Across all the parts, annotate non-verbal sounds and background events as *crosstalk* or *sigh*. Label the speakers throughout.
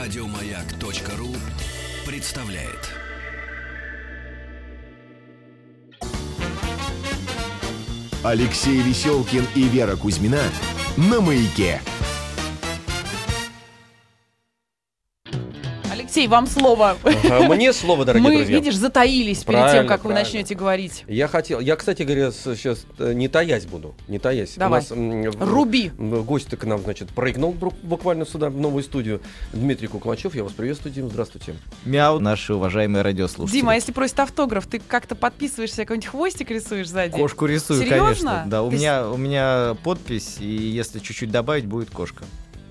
Speaker 1: Радиомаяк.ру представляет.
Speaker 2: Алексей Веселкин и Вера Кузьмина на маяке.
Speaker 3: Алексей, вам слово.
Speaker 4: А Мне слово, дорогие
Speaker 3: Мы,
Speaker 4: друзья.
Speaker 3: видишь, затаились перед тем,
Speaker 4: Правильно,
Speaker 3: как вы
Speaker 4: правильно.
Speaker 3: начнете говорить.
Speaker 4: Я хотел, я, кстати говоря, сейчас не таясь буду, не таясь.
Speaker 3: Давай.
Speaker 4: У нас м, в-
Speaker 3: Руби.
Speaker 4: м, гость к нам, значит, прыгнул вдруг буквально сюда, в новую студию. Дмитрий Куклачев, я вас приветствую, Дим, здравствуйте.
Speaker 5: Мяу, наши уважаемые радиослушатели.
Speaker 4: ну
Speaker 3: Дима, а если просит автограф, ты как-то подписываешься, какой-нибудь хвостик рисуешь сзади?
Speaker 5: Кошку рисую,
Speaker 3: Серьезно?
Speaker 5: конечно. Да, у
Speaker 3: Ты с-
Speaker 5: меня, у меня подпись, и если чуть-чуть добавить, будет кошка.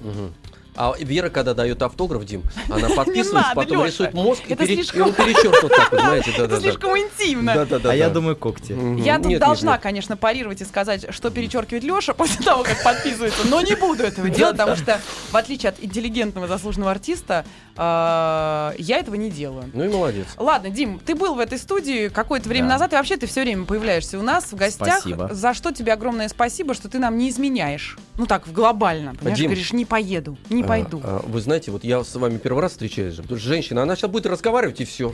Speaker 4: Мгм. А Вера, когда дает автограф, Дим, она подписывается,
Speaker 3: надо,
Speaker 4: потом
Speaker 3: Лёша.
Speaker 4: рисует мозг и
Speaker 3: Это
Speaker 4: пере-
Speaker 3: слишком-
Speaker 4: и он перечеркнут так, вот,
Speaker 3: *laughs*
Speaker 4: знаете,
Speaker 3: Это
Speaker 4: да-да-да. ну,
Speaker 3: слишком интимно.
Speaker 4: Да-да-да.
Speaker 5: а я думаю, когти.
Speaker 3: Я тут должна, конечно, парировать и сказать, что перечеркивает Леша *laughs* после того, как подписывается, но не буду этого делать, потому что, в отличие от интеллигентного заслуженного артиста, э, я этого не делаю.
Speaker 4: Ну и молодец.
Speaker 3: Ладно, Дим, ты был в этой студии какое-то время
Speaker 5: Да.
Speaker 3: назад, и вообще ты все время появляешься у нас в гостях.
Speaker 5: Спасибо.
Speaker 3: За что тебе огромное спасибо, что ты нам не изменяешь. Ну так, в глобально. Понимаешь,
Speaker 4: Дим.
Speaker 3: говоришь, не поеду, не
Speaker 4: А,
Speaker 3: пойду.
Speaker 4: а, вы знаете, вот я с вами первый раз встречаюсь же. Потому что женщина, она сейчас будет разговаривать и все.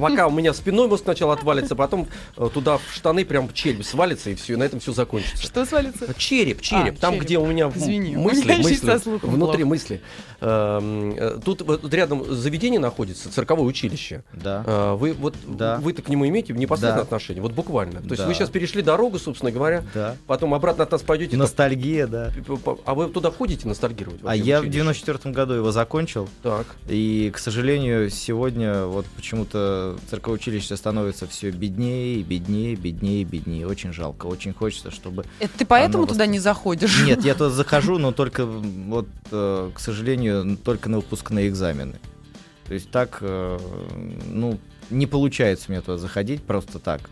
Speaker 4: Пока у меня спиной мозг сначала отвалится, потом э, туда в штаны прям челюсть свалится и все, и на этом все закончится.
Speaker 3: Что
Speaker 4: э,
Speaker 3: свалится?
Speaker 4: Череп, череп, там,
Speaker 3: А, череп.
Speaker 4: где у меня в-
Speaker 3: Извини, у
Speaker 4: мысли,
Speaker 3: меня еще и
Speaker 4: мысли,
Speaker 3: со слухом
Speaker 4: внутри
Speaker 3: плохо.
Speaker 4: мысли. Эм, э, Тут вот тут рядом заведение находится, цирковое училище.
Speaker 5: Да.
Speaker 4: Э, Вы вот
Speaker 5: Да.
Speaker 4: вы-то к нему имеете непосредственное
Speaker 5: Да.
Speaker 4: отношение, вот буквально. То есть
Speaker 5: Да.
Speaker 4: вы сейчас перешли дорогу, собственно говоря,
Speaker 5: Да.
Speaker 4: потом обратно от нас
Speaker 5: типа,
Speaker 4: пойдете.
Speaker 5: Ностальгия, да.
Speaker 4: А вы туда ходите ностальгировать?
Speaker 5: А
Speaker 4: вообще,
Speaker 5: я в
Speaker 4: училище?
Speaker 5: 94 году его закончил,
Speaker 4: Так.
Speaker 5: и, к сожалению, сегодня вот почему-то церковное училище становится все беднее, беднее, беднее, беднее. Очень жалко, очень хочется, чтобы
Speaker 3: *laughs* Это ты поэтому
Speaker 5: Оно
Speaker 3: туда
Speaker 5: восп-
Speaker 3: не заходишь?
Speaker 5: Нет, я туда захожу, но только, м, вот, э, к сожалению, только на выпускные экзамены. То есть так, э, ну, не получается мне туда заходить просто так.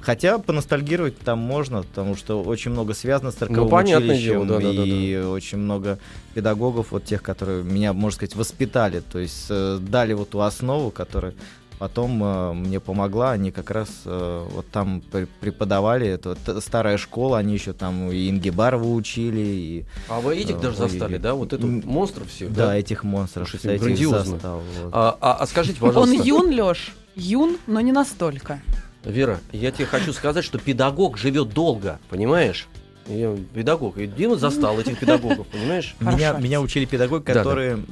Speaker 5: Хотя поностальгировать там можно, потому что очень много связано с церковым
Speaker 4: Ну, понятное
Speaker 5: училищем,
Speaker 4: дело, да-да-да-да.
Speaker 5: и очень много педагогов, вот тех, которые меня, можно сказать, воспитали, то есть э, дали вот ту основу, которая потом э, мне помогла, они как раз э, вот там пр- преподавали, это вот т- старая школа, они еще там и Ингебарова учили, и
Speaker 4: А вы этих
Speaker 5: Э,
Speaker 4: даже
Speaker 5: ой-ой-ой.
Speaker 4: застали, да? Вот эту
Speaker 5: М,
Speaker 4: монстров всех,
Speaker 5: да,
Speaker 4: да?
Speaker 5: этих монстров,
Speaker 4: Слушайте,
Speaker 5: кстати, их
Speaker 4: грандиозно.
Speaker 5: застал, вот.
Speaker 4: А, а- а скажите,
Speaker 3: *laughs* *laughs* Он
Speaker 4: пожалуйста,
Speaker 3: юн, Леш, юн, но не настолько.
Speaker 4: Вера, я тебе хочу сказать, что педагог живет долго, понимаешь? Я педагог. И Дима застал
Speaker 3: *laughs*
Speaker 4: этих педагогов, понимаешь?
Speaker 5: Меня,
Speaker 3: Хорошо.
Speaker 5: меня учили педагоги,
Speaker 4: Да-да.
Speaker 5: которые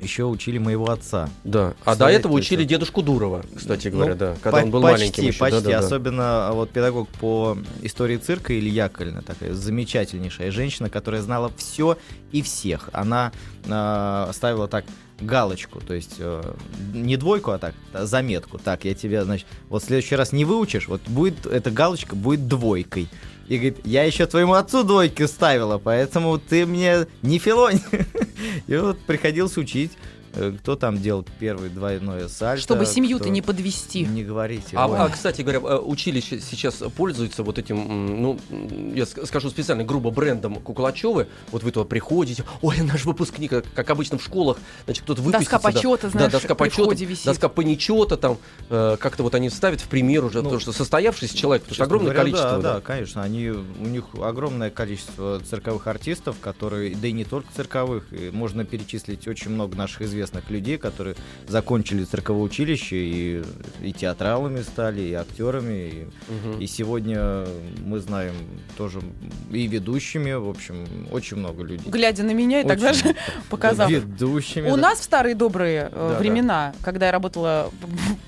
Speaker 5: еще учили моего отца.
Speaker 4: Да. А до
Speaker 5: Представляете,
Speaker 4: этого учили
Speaker 5: это-
Speaker 4: дедушку Дурова, кстати говоря,
Speaker 5: Ну,
Speaker 4: да. Когда
Speaker 5: По-
Speaker 4: он был
Speaker 5: почти,
Speaker 4: маленьким еще.
Speaker 5: Почти,
Speaker 4: да-да-да.
Speaker 5: особенно а, вот педагог по истории цирка Илья Яковлевна, такая замечательнейшая женщина, которая знала все и всех. Она э, ставила так галочку, то есть э, не двойку, а так а заметку. Так, я тебя, значит, вот в следующий раз не выучишь, вот будет эта галочка будет двойкой. И говорит, я еще твоему отцу двойки ставила, поэтому ты мне не филонь. *laughs* И вот приходилось учить, э, кто там делал первый двойное сальто.
Speaker 3: Чтобы семью-то
Speaker 5: кто-
Speaker 3: не подвести.
Speaker 5: не говорите.
Speaker 4: А,
Speaker 5: Ой.
Speaker 4: а, кстати говоря, э, училище сейчас пользуется вот этим, м, ну, м, я ск- скажу специально грубо брендом Куклачевы. Вот вы туда приходите, ой, наш выпускник, как- как обычно в школах, значит, кто-то выпустится.
Speaker 3: Доска почета, знаешь,
Speaker 4: да, доска
Speaker 3: при
Speaker 4: почета,
Speaker 3: входе висит.
Speaker 4: доска понечета там, э, как-то вот они ставят в пример уже,
Speaker 5: Ну,
Speaker 4: то, что состоявшийся человек, потому что
Speaker 5: Честно
Speaker 4: огромное
Speaker 5: говоря,
Speaker 4: количество.
Speaker 5: Да,
Speaker 4: да.
Speaker 5: да, конечно. Они, у них огромное количество цирковых артистов, которые, да и не только цирковых, и можно перечислить очень много наших известных людей, которые закончили цирковое училище и, и театралами стали, и актерами.
Speaker 4: Мгм.
Speaker 5: И, и сегодня мы знаем тоже и ведущими, в общем, очень много людей.
Speaker 3: Глядя на меня и так
Speaker 5: Очень
Speaker 3: даже *laughs* показав.
Speaker 5: Ведущими.
Speaker 3: У
Speaker 5: да.
Speaker 3: нас в старые добрые э,
Speaker 4: Да-да.
Speaker 3: времена, когда я работала...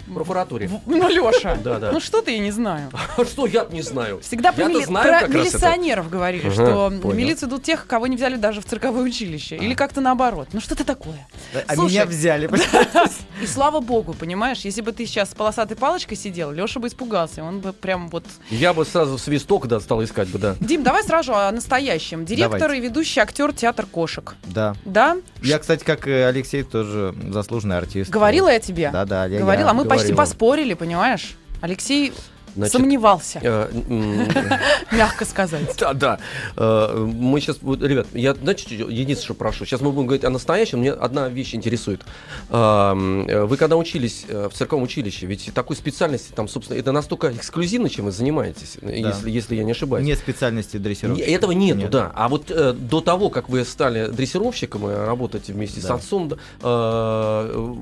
Speaker 4: В прокуратуре.
Speaker 3: в- Ну, Леша,
Speaker 4: Да-да.
Speaker 3: ну что ты, я не знаю.
Speaker 4: *laughs* А что я не знаю?
Speaker 3: Всегда про,
Speaker 4: Я-то
Speaker 3: мили-
Speaker 4: знаю
Speaker 3: про
Speaker 4: как раз это.
Speaker 3: милиционеров говорили,
Speaker 4: Ага,
Speaker 3: что
Speaker 4: понял. А.
Speaker 3: милицию идут тех, кого не взяли даже в цирковое училище. Или как-то наоборот. Ну что ты
Speaker 4: *laughs*
Speaker 3: такое?
Speaker 5: А
Speaker 3: Слушай,
Speaker 5: меня взяли.
Speaker 3: И слава богу, понимаешь, если бы ты сейчас с полосатой палочкой сидел, Леша бы испугался. Он бы прям вот...
Speaker 4: Я бы сразу свисток да, стал искать бы, да.
Speaker 3: Дим, давай сразу о настоящем. Директор
Speaker 5: Давайте.
Speaker 3: и ведущий актер театр кошек.
Speaker 5: *laughs* Да.
Speaker 3: Да?
Speaker 5: Я, кстати, как и Алексей, тоже заслуженный артист.
Speaker 3: Говорила я тебе?
Speaker 5: Да, да, я,
Speaker 3: Говорила, а мы
Speaker 4: говорила.
Speaker 3: почти поспорили, понимаешь? Алексей
Speaker 4: Значит,
Speaker 3: Сомневался,
Speaker 4: э, м, *laughs*
Speaker 3: мягко сказать.
Speaker 4: Да, да. Э, Мы сейчас, ребят, я, знаете, чё- единственное, что прошу, сейчас мы будем говорить о настоящем, мне одна вещь интересует. Эм, э, Вы когда учились э, в церковном училище, ведь такой специальности там, собственно, это настолько эксклюзивно, чем вы занимаетесь, э,
Speaker 5: Да.
Speaker 4: если, если я не ошибаюсь.
Speaker 5: Нет специальности
Speaker 4: Не-
Speaker 5: дрессировки.
Speaker 4: Этого нету, да. А вот э, до того, как вы стали дрессировщиком и работаете вместе с
Speaker 5: Да.
Speaker 4: отцом, да, э,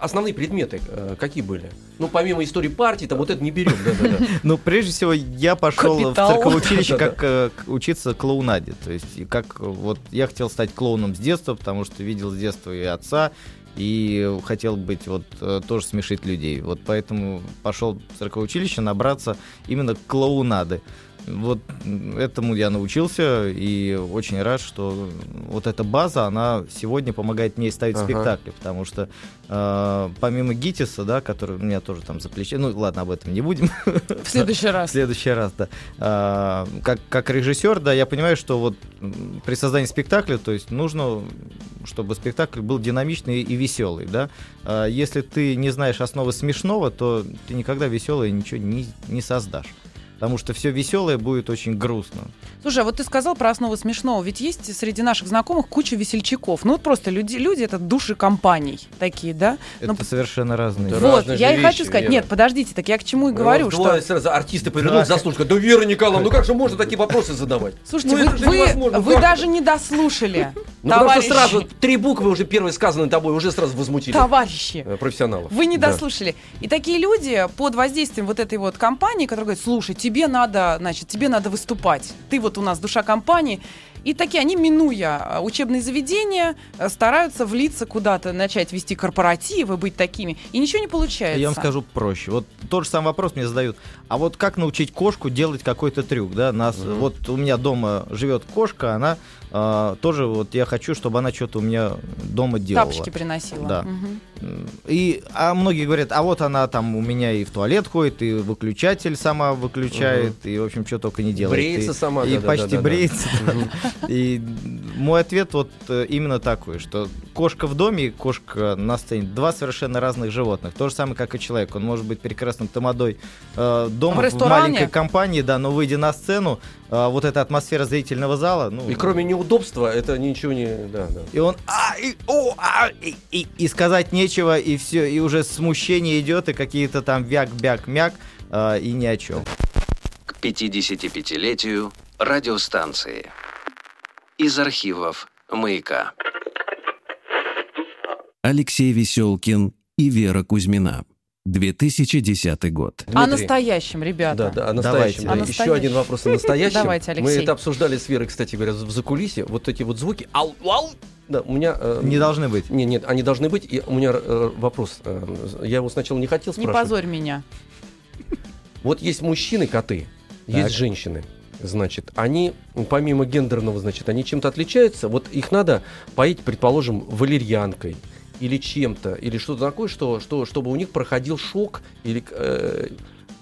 Speaker 4: основные предметы э, какие были? Ну, помимо истории партии, там вот это не берем,
Speaker 3: *laughs*
Speaker 4: да-да-да.
Speaker 5: Ну, прежде всего, я пошел
Speaker 3: Капитал.
Speaker 5: в цирковое училище
Speaker 4: Да-да.
Speaker 5: как э, к- учиться клоунаде. То есть, и как э, вот я хотел стать клоуном с детства, потому что видел с детства и отца, и хотел быть вот э, тоже смешить людей. Вот поэтому пошел в цирковое училище набраться именно клоунады. Вот м, этому я научился и очень рад, что вот эта база, она сегодня помогает мне ставить
Speaker 4: Ага.
Speaker 5: спектакли, потому что э, помимо Гитиса, да, который у меня тоже там за плечи, ну ладно, об этом не будем,
Speaker 3: В следующий
Speaker 5: в
Speaker 3: раз.
Speaker 5: следующий раз, да. А, как, как режиссер, да, я понимаю, что вот м, при создании спектакля, то есть нужно, чтобы спектакль был динамичный и веселый, да. А, если ты не знаешь основы смешного, то ты никогда веселое ничего не, не создашь. Потому что все веселое будет очень грустно.
Speaker 3: Слушай, а вот ты сказал про основу смешного. Ведь есть среди наших знакомых куча весельчаков. Ну вот просто люди, люди это души компаний такие, да? Ну,
Speaker 5: Это совершенно разные.
Speaker 4: Да,
Speaker 3: вот,
Speaker 4: разные
Speaker 3: я
Speaker 4: же
Speaker 3: и
Speaker 4: вещи,
Speaker 3: хочу сказать.
Speaker 4: Вера.
Speaker 3: Нет, подождите, так я к чему и
Speaker 4: Ну,
Speaker 3: говорю,
Speaker 4: вот
Speaker 3: что...
Speaker 4: бывает, сразу артисты повернулись
Speaker 5: Да.
Speaker 4: заслушка. Да, Вера Николаевна, ну как же можно такие вопросы задавать?
Speaker 3: Слушайте,
Speaker 4: Ну, это же
Speaker 3: вы, вы,
Speaker 4: невозможно,
Speaker 3: вы
Speaker 4: как
Speaker 3: даже не дослушали,
Speaker 4: Ну, потому
Speaker 3: товарищи.
Speaker 4: что сразу три буквы уже первые сказаны тобой, уже сразу возмутили
Speaker 3: товарищи.
Speaker 4: э, профессионалов.
Speaker 3: Вы не
Speaker 4: Да.
Speaker 3: дослушали. И такие люди под воздействием вот этой вот компании, которая говорит, слушай, тебе надо, значит, тебе надо выступать. Ты вот у нас душа компании. И такие, они, минуя а, учебные заведения, а, стараются влиться куда-то, начать вести корпоративы, быть такими. И ничего не получается.
Speaker 5: Я вам скажу проще. Вот тот же самый вопрос мне задают. А вот как научить кошку делать какой-то трюк, да? Нас,
Speaker 4: Мгм.
Speaker 5: вот у меня дома живет кошка, она э, тоже вот я хочу, чтобы она что-то у меня дома делала.
Speaker 3: Тапочки приносила.
Speaker 5: Да.
Speaker 3: Мгм.
Speaker 5: И а многие говорят, а вот она там у меня и в туалет ходит, и выключатель сама выключает, и в общем что только не делает.
Speaker 4: Бреется
Speaker 5: И-
Speaker 4: сама,
Speaker 5: и
Speaker 4: да-да-да-да-да.
Speaker 5: почти бреется.
Speaker 4: Мгм.
Speaker 5: И мой ответ вот э, именно такой, что кошка в доме и кошка на сцене два совершенно разных животных. То же самое, как и человек. Он может быть прекрасным тамадой э,
Speaker 3: В
Speaker 5: дома, в,
Speaker 3: ресторане.
Speaker 5: маленькой компании, да, но выйдя на сцену, э, вот эта атмосфера зрительного зала, ну...
Speaker 4: И кроме неудобства, это ничего не... Да, да.
Speaker 5: И он а, и, о, а, и, и- и сказать нечего, и все, и уже смущение идет, и какие-то там вяк-бяк-мяк, э, и ни о чем.
Speaker 1: К 55-летию радиостанции. Из архивов «Маяка».
Speaker 6: Алексей Веселкин и Вера Кузьмина. 2010 год.
Speaker 3: О
Speaker 4: Дмитрий.
Speaker 3: настоящем, А ребята.
Speaker 4: Да, да, о настоящем.
Speaker 5: Давайте.
Speaker 4: да.
Speaker 3: О
Speaker 4: Еще
Speaker 3: настоящем.
Speaker 4: один вопрос о настоящем.
Speaker 3: Давайте,
Speaker 4: Мы
Speaker 3: Алексей.
Speaker 4: это обсуждали с Верой, кстати говоря, в закулисье. Вот эти вот звуки. Ау, ау. Да, у меня... э,
Speaker 5: Не должны быть.
Speaker 4: Не, нет, они должны быть. И у меня э, вопрос. э, Я его сначала не хотел
Speaker 3: Не
Speaker 4: спрашивать.
Speaker 3: позорь меня.
Speaker 4: Вот есть мужчины-коты,
Speaker 5: Так.
Speaker 4: есть женщины. Значит, они, помимо гендерного, значит, они чем-то отличаются. Вот их надо поить, предположим, валерьянкой или чем-то, или что-то такое, что, что, чтобы у них проходил шок. Или, э,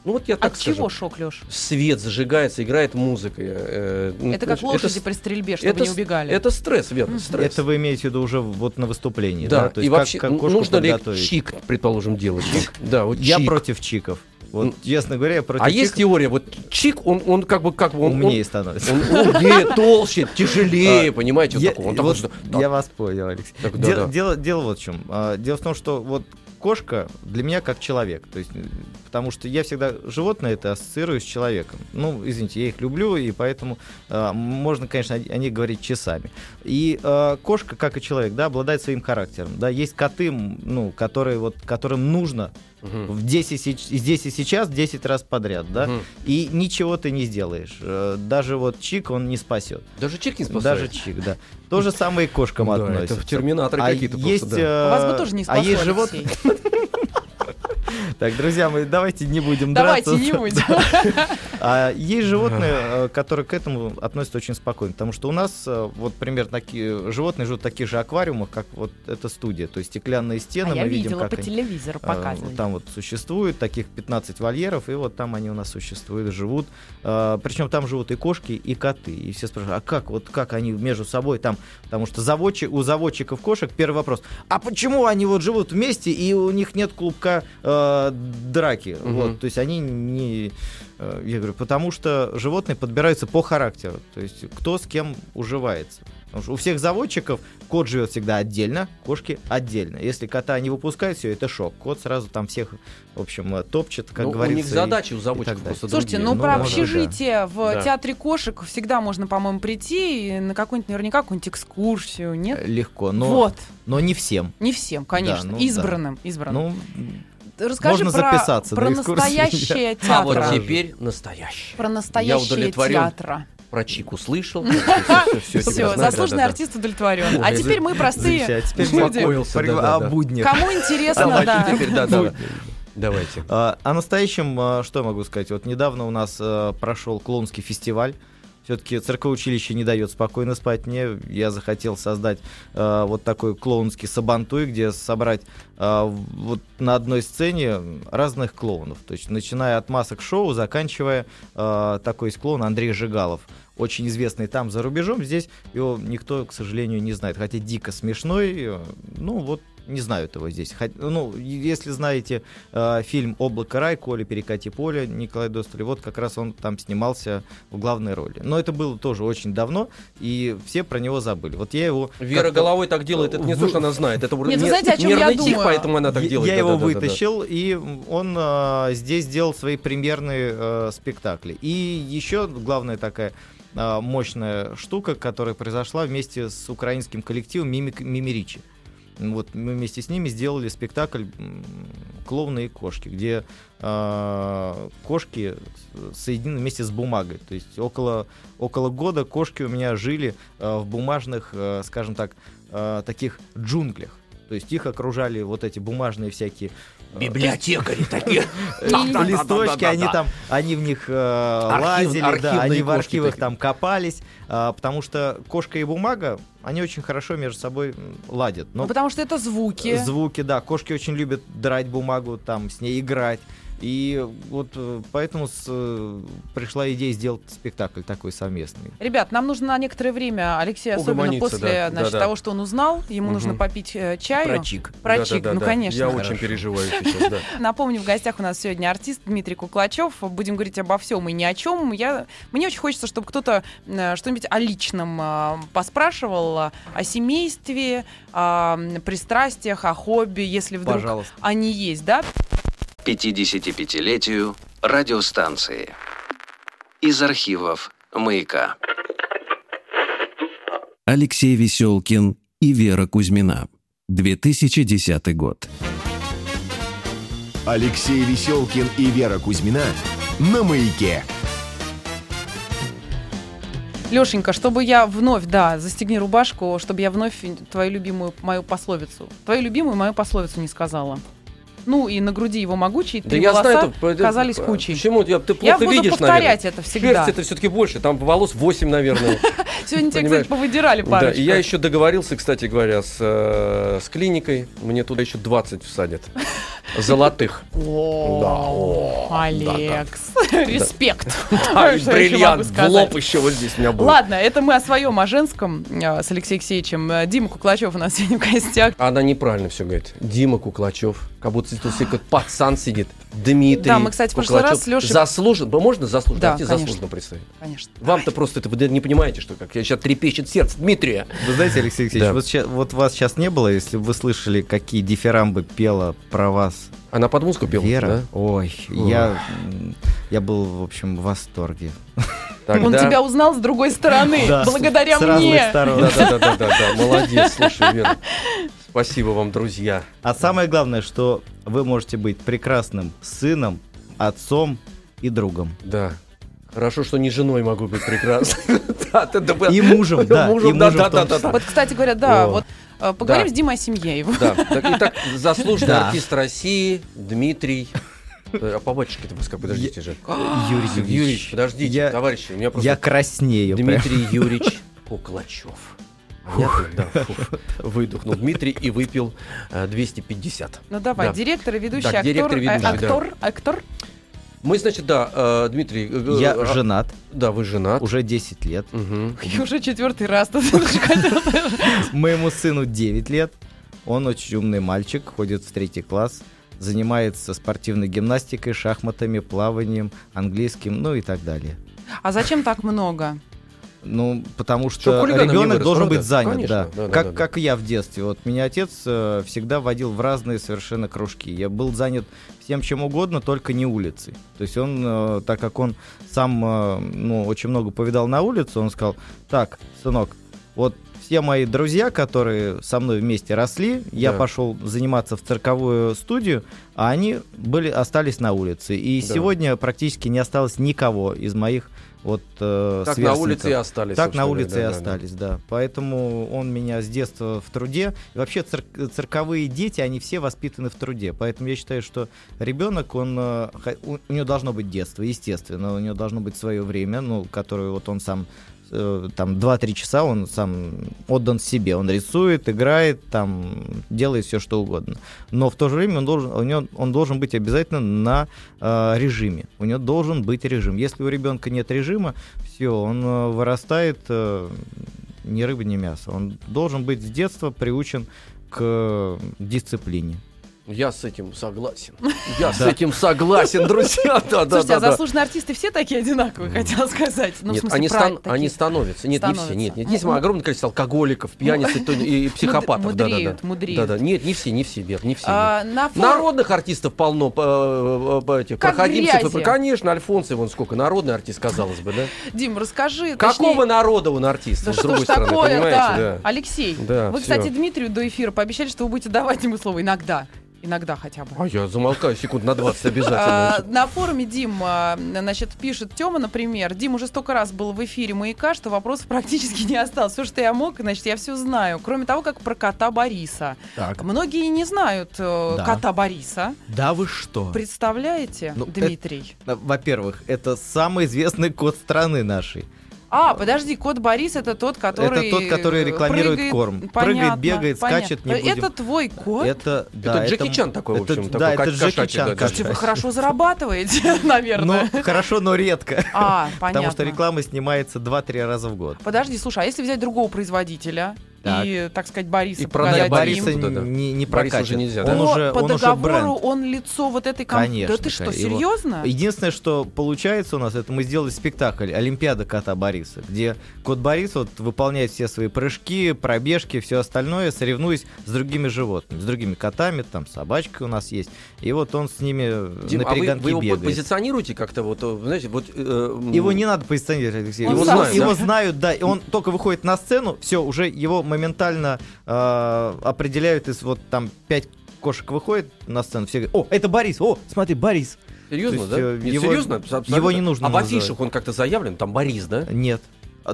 Speaker 4: ну вот я так
Speaker 3: От
Speaker 4: скажу.
Speaker 3: чего шок, Леш?
Speaker 4: Свет зажигается, играет музыка. э, ну,
Speaker 3: Это как
Speaker 4: ж-
Speaker 3: лошади
Speaker 4: с-
Speaker 3: при стрельбе, чтобы
Speaker 4: это
Speaker 3: не
Speaker 4: с-
Speaker 3: убегали.
Speaker 4: Это стресс, верно,
Speaker 3: Мгм.
Speaker 4: стресс.
Speaker 5: Это вы имеете в виду уже вот на выступлении, да?
Speaker 4: да,
Speaker 5: То
Speaker 4: и
Speaker 5: есть как-
Speaker 4: вообще,
Speaker 5: как
Speaker 4: ну,
Speaker 5: кошку
Speaker 4: нужно ли
Speaker 5: подготовить.
Speaker 4: чик, предположим, делать? Да, вот
Speaker 5: Я
Speaker 4: чик.
Speaker 5: против чиков.
Speaker 4: М.
Speaker 5: Вот, честно говоря, я против
Speaker 4: А
Speaker 5: чиков.
Speaker 4: есть теория, вот чик, он, он как бы, как бы, он, он-
Speaker 5: умнее становится.
Speaker 4: Он умнее, толще, тяжелее,
Speaker 5: А,
Speaker 4: понимаете, вот
Speaker 5: Я-
Speaker 4: такой. Он
Speaker 5: вот
Speaker 4: такой, что... да.
Speaker 5: я вас понял, Алексей.
Speaker 4: Так, да,
Speaker 5: Дел-
Speaker 4: да.
Speaker 5: Дело, дело вот в чем. А, Дело в том, что вот кошка для меня как человек. То есть, э, потому что я всегда животное это ассоциирую с человеком. Ну, извините, я их люблю, и поэтому а, можно, конечно, о, о них говорить часами. И а, кошка, как и человек, да, обладает своим характером. Да, есть коты, м, ну, которые вот, которым нужно
Speaker 4: Мгм.
Speaker 5: в 10 сеч- здесь и сейчас 10 раз подряд, да,
Speaker 4: Мгм.
Speaker 5: и ничего ты не сделаешь. Э, Даже вот чик он не спасет.
Speaker 4: Даже чик не спасает.
Speaker 5: Даже чик, да. То же самое и к
Speaker 4: *laughs*
Speaker 5: кошкам
Speaker 4: Да,
Speaker 5: относится.
Speaker 4: это терминаторы
Speaker 5: а
Speaker 4: какие-то
Speaker 5: есть,
Speaker 4: просто, да.
Speaker 5: э,
Speaker 3: Вас бы тоже не спасло,
Speaker 5: А есть
Speaker 3: Алексей.
Speaker 5: животные. *laughs* Так, друзья, мы давайте не будем
Speaker 3: Давайте
Speaker 5: *laughs* драться.
Speaker 3: не будем.
Speaker 5: А есть
Speaker 4: *laughs*
Speaker 5: животные, э, которые к этому относятся очень спокойно, потому что у нас э, вот примерно такие животные живут в таких же аквариумах, как вот эта студия, то есть стеклянные
Speaker 3: А
Speaker 5: стены, мы
Speaker 3: я
Speaker 5: видим,
Speaker 3: видела
Speaker 5: как
Speaker 3: по
Speaker 5: они-
Speaker 3: телевизору
Speaker 5: Э,
Speaker 3: показывали.
Speaker 5: Там вот существует таких 15 вольеров, и вот там они у нас существуют, живут. Причем там живут и кошки, и коты. И все спрашивают, а как вот как они между собой там? Потому что заводчи, у заводчиков кошек первый вопрос: а почему они вот живут вместе и у них нет клубка э, драки?
Speaker 4: Мгм.
Speaker 5: Вот, то есть они не э, я говорю, потому что животные подбираются по характеру, то есть кто с кем уживается. Потому что у всех заводчиков кот живет всегда отдельно, кошки отдельно. Если кота не выпускают, все, это шок. Кот сразу там всех, в общем, э, топчет, как
Speaker 4: Ну,
Speaker 5: говорится.
Speaker 4: У них
Speaker 5: и-
Speaker 4: задачи у
Speaker 5: так
Speaker 4: заводчиков
Speaker 5: далее.
Speaker 4: просто
Speaker 3: Слушайте, ну,
Speaker 4: другие.
Speaker 5: ну,
Speaker 3: про
Speaker 5: может,
Speaker 3: общежитие в
Speaker 4: Да.
Speaker 3: театре кошек всегда можно, по-моему, прийти и на какую-нибудь, наверняка, какую-нибудь экскурсию, нет?
Speaker 5: Легко, но,
Speaker 3: Вот,
Speaker 5: но не всем.
Speaker 3: не всем, конечно,
Speaker 5: ну да.
Speaker 3: избранным, избранным.
Speaker 5: Ну,
Speaker 3: Расскажи
Speaker 5: можно
Speaker 3: про,
Speaker 5: записаться
Speaker 3: про
Speaker 5: на экскурсию.
Speaker 3: настоящее
Speaker 4: А вот
Speaker 3: театро.
Speaker 4: теперь настоящий.
Speaker 3: Про
Speaker 4: Я
Speaker 3: настоящее
Speaker 4: удовлетворен.
Speaker 3: театра.
Speaker 4: Про
Speaker 3: *laughs*
Speaker 4: Чику слышал.
Speaker 3: Все, заслуженный артист удовлетворен.
Speaker 4: Ой,
Speaker 3: А
Speaker 4: за-
Speaker 3: теперь мы простые.
Speaker 5: замечательно. А Теперь
Speaker 3: люди.
Speaker 4: Успокоился,
Speaker 5: пригла-
Speaker 4: да-да-да.
Speaker 5: о буднях.
Speaker 3: Кому интересно,
Speaker 4: Давайте
Speaker 3: да.
Speaker 4: теперь, да, да. да. Давайте.
Speaker 5: А, О настоящем, а, что я могу сказать? Вот недавно у нас э, прошел клоунский фестиваль. Все-таки церковное училище не дает спокойно спать мне. Я захотел создать э, вот такой клоунский сабантуй, где собрать э, вот на одной сцене разных клоунов. То есть начиная от масок шоу, заканчивая э, такой есть клоун Андрей Жигалов. Очень известный там за рубежом. Здесь его никто, к сожалению, не знает. Хотя дико смешной. э, Ну вот не знают его здесь. Хот- Ну, е- если знаете э, фильм «Облако рай», «Коля, перекати поле», Николай Достолев, вот как раз он там снимался в главной роли. Но это было тоже очень давно, и все про него забыли. Вот я его...
Speaker 4: Вера
Speaker 5: как-то-
Speaker 4: головой так делает, это не то,
Speaker 5: Вы-
Speaker 4: что она знает. Это
Speaker 3: Нет, вы знаете, о чем я
Speaker 4: нервный тик,
Speaker 3: думаю?
Speaker 4: поэтому она так
Speaker 5: Я-
Speaker 4: делает.
Speaker 5: Я его
Speaker 4: Да-да-да-да.
Speaker 5: вытащил, и он э, здесь делал свои премьерные э, спектакли. И еще главная такая э, мощная штука, которая произошла вместе с украинским коллективом Мимик Мимиричи. Вот мы вместе с ними сделали спектакль м, «Клоуны и кошки», где э, кошки с- соединены вместе с бумагой. То есть около, около года кошки у меня жили э, в бумажных, э, скажем так, э, таких джунглях. То есть их окружали вот эти бумажные всякие э,
Speaker 4: Библиотекари такие.
Speaker 5: э, листочки, они там, они в них э, лазили, да,
Speaker 4: архивные
Speaker 5: они в
Speaker 4: кошки
Speaker 5: архивах
Speaker 4: такие.
Speaker 5: там копались, а, потому что кошка и бумага, они очень хорошо между собой м, ладят.
Speaker 3: Ну,
Speaker 5: Но
Speaker 3: потому что это звуки.
Speaker 5: звуки, да, кошки очень любят драть бумагу, там с ней играть. И вот э, поэтому с, э, пришла идея сделать спектакль такой совместный.
Speaker 3: Ребят, нам нужно на некоторое время, Алексей, особенно
Speaker 4: Угомониться,
Speaker 3: после
Speaker 4: да,
Speaker 3: значит,
Speaker 4: да, да.
Speaker 3: того, что он узнал, ему
Speaker 4: Мгм.
Speaker 3: нужно попить э, чаю.
Speaker 4: чик.
Speaker 3: Про чик, ну, конечно.
Speaker 4: Я
Speaker 3: Хорошо.
Speaker 4: очень
Speaker 3: *laughs*
Speaker 4: переживаю сейчас, да.
Speaker 3: Напомню, в гостях у нас сегодня артист Дмитрий Куклачев. Будем говорить обо всем и ни о чем. Я... Мне очень хочется, чтобы кто-то э, что-нибудь о личном э, поспрашивал, э, о семействе, о м, пристрастиях, о хобби, если вдруг
Speaker 5: Пожалуйста.
Speaker 3: они есть, да?
Speaker 1: 55-летию радиостанции. Из архивов «Маяка».
Speaker 6: Алексей Веселкин и Вера Кузьмина. 2010 год.
Speaker 2: Алексей Веселкин и Вера Кузьмина на маяке.
Speaker 3: Лешенька, чтобы я вновь, да, застегни рубашку, чтобы я вновь твою любимую мою пословицу, твою любимую мою пословицу не сказала. Ну и на груди его могучие
Speaker 4: Да
Speaker 3: три
Speaker 4: я
Speaker 3: волоса
Speaker 4: знаю, это- это-
Speaker 3: казались кучей.
Speaker 4: Почему? Я- Ты
Speaker 3: Я
Speaker 4: плохо
Speaker 3: буду
Speaker 4: видишь, наверное.
Speaker 3: повторять это
Speaker 4: *laughs*
Speaker 3: всегда.
Speaker 4: Шерсть это все-таки больше, там волос
Speaker 3: *laughs*
Speaker 4: 8, наверное.
Speaker 3: Сегодня тебя,
Speaker 4: понимаешь?
Speaker 3: кстати, повыдирали
Speaker 4: Да, и
Speaker 3: парочку.
Speaker 4: я еще договорился, кстати говоря, с, э, с клиникой. Мне туда еще 20 всадят.
Speaker 3: *laughs*
Speaker 4: Золотых.
Speaker 3: О,
Speaker 4: Да, о,
Speaker 3: Алекс, *laughs* респект.
Speaker 4: А, и
Speaker 3: Что я еще могу
Speaker 4: бриллиант в
Speaker 3: сказать?
Speaker 4: лоб еще вот здесь у меня будет.
Speaker 3: Ладно, это мы о своем, о женском, э, с Алексеем Алексеевичем. Э, Дима Куклачев у нас *laughs* сегодня в гостях.
Speaker 4: Она неправильно все говорит. Дима Куклачев. Как будто тут все как пацан сидит. Дмитрий
Speaker 3: Да, мы, кстати, в прошлый
Speaker 4: Куклачев.
Speaker 3: раз с Лешей-
Speaker 4: Заслужен. Б- Можно заслуженно?
Speaker 3: Да,
Speaker 4: Давайте
Speaker 3: конечно.
Speaker 4: заслуженно представить.
Speaker 3: Конечно.
Speaker 4: Вам-то просто это вы да, не понимаете, что как. Я сейчас трепещет сердце Дмитрия.
Speaker 5: Вы знаете, Алексей Алексеевич,
Speaker 4: Да.
Speaker 5: вот, ща- вот вас сейчас не было, если бы вы слышали, какие дифирамбы пела про вас
Speaker 4: Она под музыку пела,
Speaker 5: Вера.
Speaker 4: да?
Speaker 5: Ой,
Speaker 4: Ой.
Speaker 5: я, м, я был, в общем, в восторге.
Speaker 4: Тогда-
Speaker 3: Он тебя узнал с другой стороны,
Speaker 5: Да, с-
Speaker 3: благодаря
Speaker 5: с разных
Speaker 3: мне.
Speaker 5: сторон.
Speaker 4: Да-да-да-да-да. Молодец, слушай, Вера. Спасибо вам, друзья.
Speaker 5: А самое главное, что вы можете быть прекрасным сыном, отцом и другом.
Speaker 4: Да. Хорошо, что не женой могу быть прекрасным. *laughs* Да, да, да,
Speaker 5: И
Speaker 4: *laughs*
Speaker 5: мужем, да. и
Speaker 4: Мужем, да,
Speaker 5: мужем
Speaker 4: да,
Speaker 5: в том
Speaker 4: да, да,
Speaker 5: числе.
Speaker 3: Вот, кстати говоря, да,
Speaker 5: О.
Speaker 3: вот э, поговорим
Speaker 4: Да.
Speaker 3: с Димой о семье его. *laughs*
Speaker 4: Да, так, итак, заслуженный
Speaker 5: Да.
Speaker 4: артист России Дмитрий А по батюшке-то пускай, подождите же. Юрий
Speaker 5: Юрий
Speaker 4: Юрьевич,
Speaker 5: *gasps* Юрьевич,
Speaker 4: подождите,
Speaker 5: я-
Speaker 4: товарищи, у меня
Speaker 5: Я
Speaker 4: просто
Speaker 5: краснею. прям.
Speaker 4: Дмитрий
Speaker 5: *laughs*
Speaker 4: Юрьевич Куклачев. Я тут, да, фух, выдохнул Дмитрий и выпил э, 250.
Speaker 3: Ну давай,
Speaker 4: Да.
Speaker 3: директор и ведущий,
Speaker 4: Так,
Speaker 3: актер,
Speaker 4: директор и
Speaker 3: э,
Speaker 4: ведущий, да.
Speaker 3: актор, актор.
Speaker 4: Мы, значит, да, э, Дмитрий... э,
Speaker 5: Я
Speaker 4: э,
Speaker 5: женат
Speaker 4: Да, вы женат.
Speaker 5: уже 10 лет.
Speaker 4: Мгм.
Speaker 3: *laughs* И уже четвертый раз ты тоже хотел.
Speaker 5: Моему сыну 9 лет. Он очень умный мальчик, ходит в третий класс, занимается спортивной гимнастикой, шахматами, плаванием, английским, ну и так далее.
Speaker 3: А зачем так много?
Speaker 5: Ну, потому
Speaker 4: Чтоб
Speaker 5: что
Speaker 4: хулиганом не
Speaker 5: ребенок
Speaker 4: вырос,
Speaker 5: должен
Speaker 4: правда?
Speaker 5: быть занят,
Speaker 4: Конечно,
Speaker 5: да.
Speaker 4: да-да-да-да.
Speaker 5: как, как и я в детстве. Вот меня отец э, всегда водил в разные совершенно кружки. Я был занят всем чем угодно, только не улицей. То есть он, э, так как он сам э, ну, очень много повидал на улице, он сказал, так, сынок, вот все мои друзья, которые со мной вместе росли, я
Speaker 4: Да.
Speaker 5: пошел заниматься в цирковую студию, а они были, остались на улице. И
Speaker 4: Да.
Speaker 5: сегодня практически не осталось никого из моих вот э,
Speaker 4: Так на
Speaker 5: сверстников.
Speaker 4: улице и остались.
Speaker 5: Так на
Speaker 4: собственно,
Speaker 5: улице
Speaker 4: да,
Speaker 5: и
Speaker 4: да, да.
Speaker 5: остались, да, Поэтому он меня с детства в труде. И вообще цир- цирковые дети, они все воспитаны в труде. Поэтому я считаю, что ребенок, он, э, хо- у, у него должно быть детство, естественно. У него должно быть свое время, ну, которое вот он сам э, там 2-3 часа он сам отдан себе. Он рисует, играет, там делает все что угодно. Но в то же время он должен, у него, он должен быть обязательно на э, режиме. У него должен быть режим. Если у ребенка нет режима, все, он э, вырастает э, ни рыба, ни мясо. Он должен быть с детства приучен к э, дисциплине.
Speaker 4: Я с этим
Speaker 5: *laughs*
Speaker 4: согласен. Я с
Speaker 5: Да.
Speaker 4: этим согласен, друзья. *laughs* Да, да,
Speaker 3: Слушайте,
Speaker 4: да.
Speaker 3: а
Speaker 4: да.
Speaker 3: заслуженные артисты все такие одинаковые, хотела сказать. Ну, в
Speaker 4: Нет,
Speaker 3: смысле,
Speaker 4: они,
Speaker 3: про-
Speaker 4: стан-
Speaker 3: такие.
Speaker 4: они становятся. Нет,
Speaker 3: Становятся.
Speaker 4: не все. Нет, нет. Есть
Speaker 3: Ну,
Speaker 4: огромное количество алкоголиков, пьяниц и,
Speaker 3: *laughs*
Speaker 4: то- и психопатов. Да, да, да.
Speaker 3: мудреют, мудреют.
Speaker 4: Да, да. Нет, не все, не все, Бер, не все. нет.
Speaker 3: А, на форум-
Speaker 4: Народных артистов полно, э, э, э, этих
Speaker 3: Как
Speaker 4: проходимцев. и
Speaker 3: грязи.
Speaker 4: про- Конечно, Альфонсов, вон сколько, народный артист, казалось бы, да?
Speaker 3: Дим, расскажи. *laughs*
Speaker 4: Какого
Speaker 3: точнее,
Speaker 4: народа он артист?
Speaker 3: Да
Speaker 4: вот с
Speaker 3: что ж
Speaker 4: другой стороны,
Speaker 3: такое, да.
Speaker 4: понимаете, да.
Speaker 3: Алексей,
Speaker 4: Да,
Speaker 3: вы,
Speaker 4: всё.
Speaker 3: кстати, Дмитрию до эфира пообещали, что вы будете давать ему слово иногда. Иногда хотя бы.
Speaker 4: А я замолкаю секунд на 20
Speaker 3: А,
Speaker 4: обязательно.
Speaker 3: На форуме Дим, а, значит, пишет Тёма, например, Дим уже столько раз был в эфире «Маяка», что вопросов практически не осталось. Все, что я мог, значит, я все знаю. Кроме того, как про кота Бориса.
Speaker 5: Так.
Speaker 3: Многие не знают э,
Speaker 5: Да.
Speaker 3: кота Бориса.
Speaker 5: Да вы что?
Speaker 3: Представляете,
Speaker 5: Ну,
Speaker 3: Дмитрий?
Speaker 5: Во-первых, это самый известный код страны нашей.
Speaker 3: А, подожди, кот Борис это тот, который...
Speaker 5: Это тот, который
Speaker 3: э,
Speaker 5: рекламирует
Speaker 3: прыгает,
Speaker 5: корм.
Speaker 3: понятно,
Speaker 5: Прыгает, бегает,
Speaker 3: понятно.
Speaker 5: скачет, не будем.
Speaker 3: Это твой кот?
Speaker 5: Это, да,
Speaker 4: Это Джеки Чан такой, в
Speaker 5: это-
Speaker 4: общем,
Speaker 5: да,
Speaker 4: такой
Speaker 5: это
Speaker 4: кот-
Speaker 5: Джеки
Speaker 4: кошачий,
Speaker 5: Чан,
Speaker 4: да, да.
Speaker 3: Слушайте,
Speaker 5: *laughs*
Speaker 3: вы
Speaker 5: кошачий.
Speaker 3: хорошо зарабатываете, *laughs* наверное.
Speaker 5: Ну, хорошо, но редко.
Speaker 3: А, понятно.
Speaker 5: Потому что реклама снимается 2-3 раза в год.
Speaker 3: Подожди, слушай, а если взять другого производителя
Speaker 5: Так.
Speaker 3: и, так сказать, Бориса
Speaker 4: И
Speaker 3: показать
Speaker 4: продать
Speaker 5: Нет, Бориса
Speaker 3: им,
Speaker 4: им. Да-да.
Speaker 5: не, не
Speaker 4: Бориса
Speaker 5: прокатит.
Speaker 4: уже нельзя,
Speaker 5: он
Speaker 4: да?
Speaker 3: то
Speaker 5: уже,
Speaker 3: по
Speaker 5: он уже
Speaker 3: договору
Speaker 5: бренд.
Speaker 3: он лицо вот этой компании.
Speaker 5: Конечно,
Speaker 3: Да ты что,
Speaker 5: конечно, его-
Speaker 3: серьезно?
Speaker 5: Единственное, что получается у нас, это мы сделали спектакль «Олимпиада кота Бориса», где кот Борис вот выполняет все свои прыжки, пробежки, все остальное, соревнуясь с другими животными, с другими котами, там собачка у нас есть. И вот он с ними э,
Speaker 4: Дим,
Speaker 5: на
Speaker 4: а вы,
Speaker 5: перегонки
Speaker 4: вы его
Speaker 5: бегает.
Speaker 4: позиционируете как-то вот, э, знаете, вот... э, м,
Speaker 5: Его не надо позиционировать, Алексей.
Speaker 3: Он
Speaker 5: его
Speaker 4: сам
Speaker 5: зна-
Speaker 4: знает,
Speaker 5: его
Speaker 4: да?
Speaker 5: знают, да. И он только выходит на сцену, все, уже его моментально э, определяют из вот там пять кошек выходит на сцену, все говорят, о, это Борис, о, смотри, Борис.
Speaker 4: Серьезно,
Speaker 5: То
Speaker 4: да?
Speaker 5: есть, э,
Speaker 4: Нет,
Speaker 5: его-
Speaker 4: серьезно? абсолютно.
Speaker 5: его не нужно
Speaker 4: А в
Speaker 5: называть. Э,
Speaker 4: афишах он как-то заявлен, там Борис, да?
Speaker 5: Нет.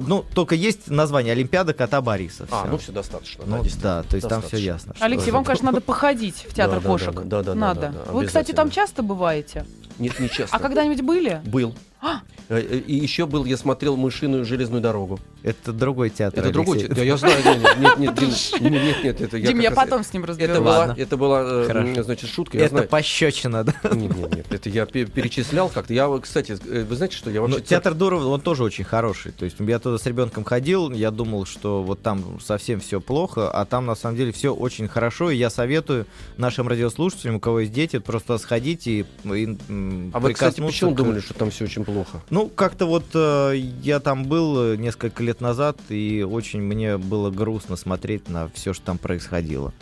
Speaker 5: Ну, только есть название Олимпиада кота Бориса.
Speaker 4: А,
Speaker 5: всё.
Speaker 4: ну все достаточно.
Speaker 5: Ну,
Speaker 4: да, действительно.
Speaker 5: да, то есть там
Speaker 4: достаточно.
Speaker 5: все ясно. что
Speaker 3: Алексей,
Speaker 5: это.
Speaker 3: вам, конечно, надо походить в театр
Speaker 4: Да, да,
Speaker 3: кошек.
Speaker 4: да, да, да, да,
Speaker 3: надо.
Speaker 4: да, да,
Speaker 3: Вы, кстати, там
Speaker 4: обязательно.
Speaker 3: часто бываете?
Speaker 4: Нет, не честно.
Speaker 3: А когда-нибудь были?
Speaker 4: Был. Э, э, И еще был, я смотрел мышиную железную дорогу.
Speaker 5: Это другой театр.
Speaker 4: Это другой.
Speaker 5: Алексей.
Speaker 4: те- Да,
Speaker 5: *laughs*
Speaker 4: я знаю. Нет, нет, нет, Дим, нет, нет, нет, это
Speaker 3: Дим,
Speaker 4: как
Speaker 3: я
Speaker 4: раз-
Speaker 3: потом с ним разберусь.
Speaker 4: Это была,
Speaker 5: Ладно.
Speaker 4: это была, э,
Speaker 5: Хорошо.
Speaker 4: м, значит, шутка. Я
Speaker 5: Это
Speaker 4: знаю.
Speaker 5: пощечина, да.
Speaker 4: Нет, нет, нет, это я пе- перечислял как-то. Я, кстати, э, вы знаете, что я вообще
Speaker 5: Ну, театр Дурова, он тоже очень хороший. То есть я туда с ребенком ходил, я думал, что вот там совсем все плохо, а там на самом деле все очень хорошо. И я советую нашим радиослушателям, у кого есть дети, просто сходить и, и, м,
Speaker 4: А вы, кстати,
Speaker 5: прикоснуться
Speaker 4: почему
Speaker 5: к-
Speaker 4: думали, что там все очень плохо?
Speaker 5: Ну, как-то вот э, я там был э, несколько лет назад, и очень мне было грустно смотреть на все, что там происходило.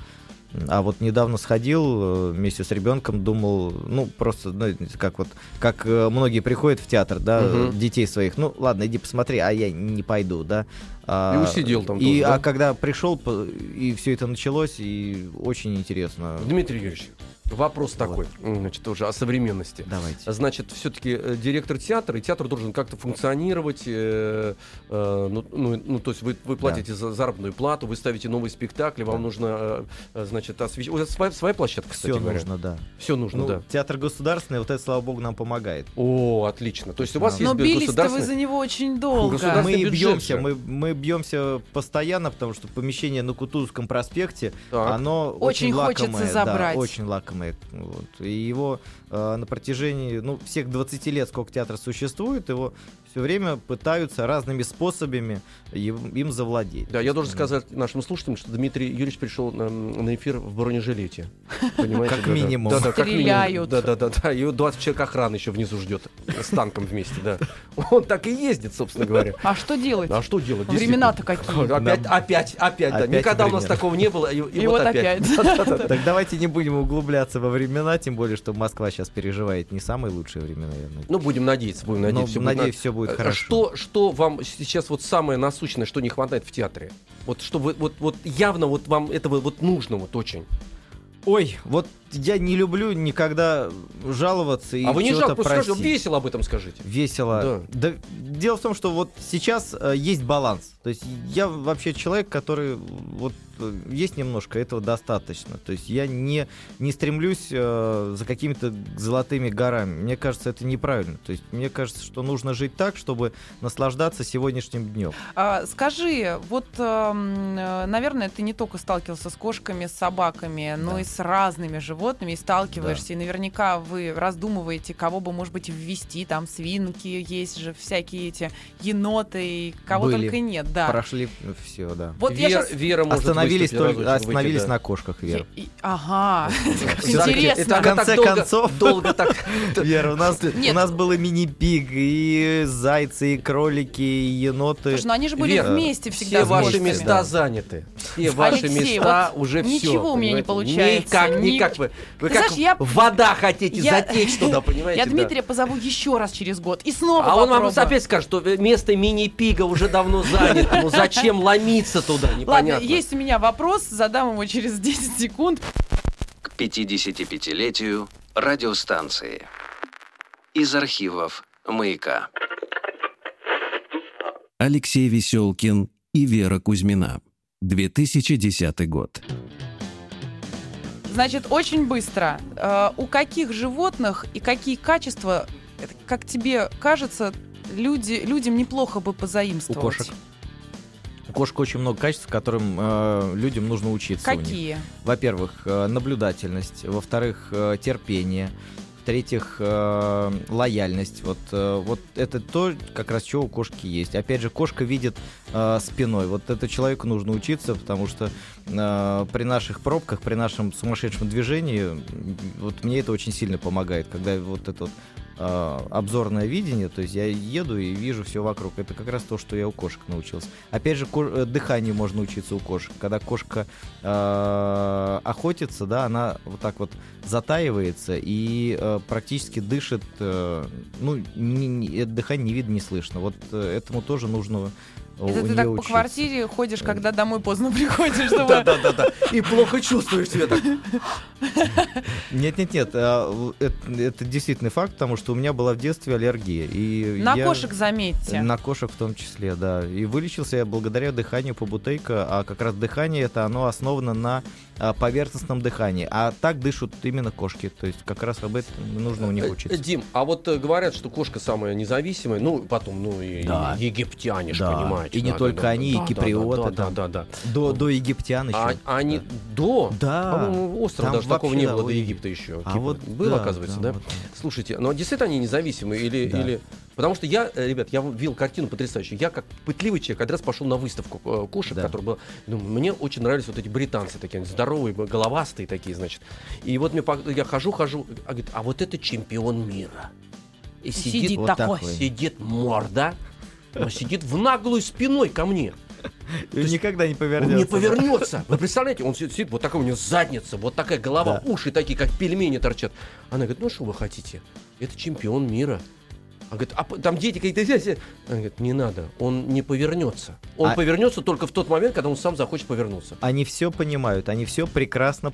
Speaker 5: А вот недавно сходил э, вместе с ребенком, думал, ну, просто, ну, как вот, как э, многие приходят в театр, да,
Speaker 4: Мгм.
Speaker 5: э, детей своих, ну, ладно, иди посмотри, а я не пойду, да. А,
Speaker 4: И усидел там
Speaker 5: и,
Speaker 4: тоже, да?
Speaker 5: А когда пришел, по- и все это началось, и очень интересно.
Speaker 4: Ну, Дмитрий Юрьевич, Вопрос такой, значит, тоже о современности.
Speaker 5: Давайте.
Speaker 4: Значит, все-таки директор театра, и театр должен как-то функционировать. э, э, ну, ну, ну, то есть вы, вы платите за заработную плату, вы ставите новые спектакли, вам нужно, э, э, значит, освещать. У вас своя, своя площадка, кстати
Speaker 5: Все
Speaker 4: говоря.
Speaker 5: нужно, да.
Speaker 4: Все нужно,
Speaker 5: Ну,
Speaker 4: да.
Speaker 5: театр государственный, вот это, слава богу, нам помогает.
Speaker 4: О, отлично. То есть у вас
Speaker 5: Да.
Speaker 3: Но
Speaker 4: есть
Speaker 3: бились-то вы
Speaker 4: государственный...
Speaker 3: за него очень долго.
Speaker 4: Государственный
Speaker 5: Мы и
Speaker 4: бюджет
Speaker 5: бьемся,
Speaker 4: же.
Speaker 5: мы, мы бьемся постоянно, потому что помещение на Кутузовском проспекте,
Speaker 4: Так.
Speaker 5: оно
Speaker 3: Очень
Speaker 5: очень,
Speaker 3: хочется
Speaker 5: лакомое, да,
Speaker 3: забрать.
Speaker 5: очень лакомое. Вот. И его э, на протяжении ну, всех 20 лет, сколько театр существует, его все время пытаются разными способами им, им завладеть.
Speaker 4: Да, я должен сказать нашим слушателям, что Дмитрий Юрьевич пришел на, на эфир в
Speaker 5: *laughs*
Speaker 4: бронежилете. Понимаете?
Speaker 5: Как
Speaker 4: да-да.
Speaker 5: минимум.
Speaker 4: Да-да, как минимум.
Speaker 3: Стреляют.
Speaker 4: Да-да-да. да. И вот 20 человек охраны еще внизу ждет с танком вместе, да. Он так и ездит, собственно говоря.
Speaker 3: А что делать?
Speaker 4: А что делать? действительно?
Speaker 3: Времена-то какие.
Speaker 4: Опять, опять, опять, да.
Speaker 5: Опять
Speaker 4: Никогда у нас
Speaker 5: времена.
Speaker 4: такого не было, и, и вот опять. *laughs*
Speaker 5: Так давайте не будем углубляться во времена, тем более, что Москва сейчас переживает не самые лучшие времена. я надеюсь.
Speaker 4: Ну, будем надеяться, будем
Speaker 5: Но
Speaker 4: надеяться. всё будет
Speaker 5: надеюсь, все будет
Speaker 4: А
Speaker 5: хорошо.
Speaker 4: Что, что вам сейчас вот самое насущное, что не хватает в театре? Вот что вы, вот, вот явно вот вам этого вот нужно вот очень.
Speaker 5: Ой, вот я не люблю никогда жаловаться и
Speaker 4: а вы не
Speaker 5: чего-то
Speaker 4: жалко, просто скажите,
Speaker 5: просить.
Speaker 4: весело об этом скажите.
Speaker 5: Весело. Да, Дело в том, что вот сейчас э, есть баланс. То есть я вообще человек, который вот э, есть немножко, этого достаточно. То есть я не, не стремлюсь э, за какими-то золотыми горами. Мне кажется, это неправильно. То есть мне кажется, что нужно жить так, чтобы наслаждаться сегодняшним днем.
Speaker 3: А, скажи, вот, эм, э, наверное, ты не только сталкивался с кошками, с собаками, но
Speaker 5: Да.
Speaker 3: и с разными животными и сталкиваешься. И наверняка вы раздумываете, кого бы, может быть, ввести. Там свинки есть же, всякие эти еноты, и кого
Speaker 5: Были.
Speaker 3: только нет, да.
Speaker 5: Прошли все, да.
Speaker 3: Вот я
Speaker 4: Вер-
Speaker 3: сейчас...
Speaker 4: Вера может
Speaker 5: остановились
Speaker 4: выступить,
Speaker 5: только,
Speaker 4: разочек
Speaker 5: остановились
Speaker 4: выйти, да.
Speaker 5: на кошках, Вера.
Speaker 3: Ага, как
Speaker 4: Всё-таки это
Speaker 3: интересно.
Speaker 5: В
Speaker 4: она
Speaker 5: конце
Speaker 4: так долго-
Speaker 5: концов-
Speaker 4: долго так
Speaker 5: *laughs* Вера, у нас,
Speaker 3: Нет.
Speaker 5: у нас было мини-пиг, и зайцы, и кролики, и еноты.
Speaker 3: Слушай, ну они же были
Speaker 4: Вера,
Speaker 3: вместе всегда
Speaker 4: Все
Speaker 3: с
Speaker 4: ваши
Speaker 3: кошками.
Speaker 5: кошками.
Speaker 4: места заняты. Все ваши
Speaker 3: Алексей,
Speaker 4: места уже все.
Speaker 3: ничего у меня не получается.
Speaker 4: Никак,
Speaker 3: Ни-
Speaker 4: никак вы. Вы
Speaker 3: Ты
Speaker 4: как
Speaker 3: знаешь, я-
Speaker 4: вода хотите
Speaker 3: я-
Speaker 4: затечь
Speaker 3: *laughs*
Speaker 4: туда, понимаете?
Speaker 3: Я
Speaker 4: да.
Speaker 3: Дмитрия позову еще раз через год и снова
Speaker 4: А он вам
Speaker 3: попробую.
Speaker 4: опять скажет, что место мини-пига уже давно занято. Ну зачем ломиться туда?
Speaker 3: Ладно,
Speaker 4: Непонятно.
Speaker 3: есть у меня вопрос, задам его через *laughs* 10 секунд.
Speaker 1: к 55-летию радиостанции. Из архивов «Маяка».
Speaker 6: Алексей Веселкин и Вера Кузьмина. 2010 год.
Speaker 3: Значит, очень быстро. Э, у каких животных и какие качества, это, как тебе кажется, люди, людям неплохо бы позаимствовать?
Speaker 5: У кошек.
Speaker 3: ну-
Speaker 5: У кошек очень много качеств, которым э, людям нужно учиться. у них.
Speaker 3: Какие?
Speaker 5: Во-первых, э, наблюдательность. Во-вторых, э, терпение. В-третьих, э, лояльность. Вот, э, вот это то, как раз чего у кошки есть. Опять же, кошка видит э, спиной. Вот это человеку нужно учиться, потому что э, при наших пробках, при нашем сумасшедшем движении, м, вот мне это очень сильно помогает, когда вот это вот, э, обзорное видение, то есть я еду и вижу все вокруг. Это как раз то, что я у кошек научился. Опять же, ко- э, дыханию можно учиться у кошек. Когда кошка э, охотится, да, она вот так вот затаивается и э, практически дышит, э, ну, не- не- это дыхание не видно, не слышно. Вот э, этому тоже нужно э, у
Speaker 3: Это ты
Speaker 5: нее
Speaker 3: так по
Speaker 5: учиться.
Speaker 3: квартире
Speaker 5: Э,
Speaker 3: ходишь, когда домой
Speaker 5: *laughs*
Speaker 3: поздно приходишь,
Speaker 4: Да,
Speaker 3: чтобы...
Speaker 4: да, да, да. И плохо чувствуешь себя так.
Speaker 5: Нет-нет-нет, а, л- это, это действительный факт, потому что у меня была в детстве аллергия. И
Speaker 3: На
Speaker 5: я-
Speaker 3: кошек заметьте. А
Speaker 5: На кошек в том числе, да. И вылечился я благодаря дыханию по а как раз дыхание это оно основано на а, поверхностном дыхании. А так дышат именно кошки. То есть как раз об этом нужно у них
Speaker 4: Э,
Speaker 5: учиться.
Speaker 4: Дим, а вот э, говорят, что кошка самая независимая, ну потом, ну и
Speaker 5: Да.
Speaker 4: и египтяне же,
Speaker 5: Да.
Speaker 4: понимаете.
Speaker 5: И не
Speaker 4: да,
Speaker 5: только
Speaker 4: да,
Speaker 5: они,
Speaker 4: да,
Speaker 5: и
Speaker 4: да,
Speaker 5: киприоты
Speaker 4: Да, да,
Speaker 5: там.
Speaker 4: да, да.
Speaker 5: До, до египтян еще.
Speaker 4: э, А а они до?
Speaker 5: Да.
Speaker 4: По-моему, острова
Speaker 5: А, Там
Speaker 4: даже такого
Speaker 5: вообще,
Speaker 4: не
Speaker 5: да,
Speaker 4: было до
Speaker 5: ой.
Speaker 4: Египта еще.
Speaker 5: А
Speaker 4: Кипр.
Speaker 5: вот
Speaker 4: было,
Speaker 5: да,
Speaker 4: оказывается, да?
Speaker 5: да, вот.
Speaker 4: Слушайте, но действительно они независимые или,
Speaker 5: Да.
Speaker 4: или... Потому что я, э, ребят, я видел картину потрясающую. Я как пытливый человек один раз пошел на выставку э, кошек,
Speaker 5: Да.
Speaker 4: которая была... Думаю, мне очень нравились вот эти британцы такие, они здоровые, б- головастые такие, значит. И вот мне, пок- я хожу-хожу, а говорит, а вот это чемпион мира. И сидит,
Speaker 3: Сидит
Speaker 5: вот
Speaker 3: такой.
Speaker 5: такой.
Speaker 4: сидит морда, но сидит в наглую спиной ко мне.
Speaker 5: И никогда не
Speaker 4: Он
Speaker 5: повернется.
Speaker 4: не повернется. Вы представляете, он сидит, сидит, вот такая у него задница, вот такая а голова, уши такие, как пельмени торчат. Она говорит, ну что вы хотите? Это чемпион мира. Он говорит, а п- там дети какие-то здесь. здесь». Она говорит, не надо, он не повернется. Он
Speaker 5: А-
Speaker 4: повернется только в тот момент, когда он сам захочет повернуться.
Speaker 5: Они все понимают, они все прекрасно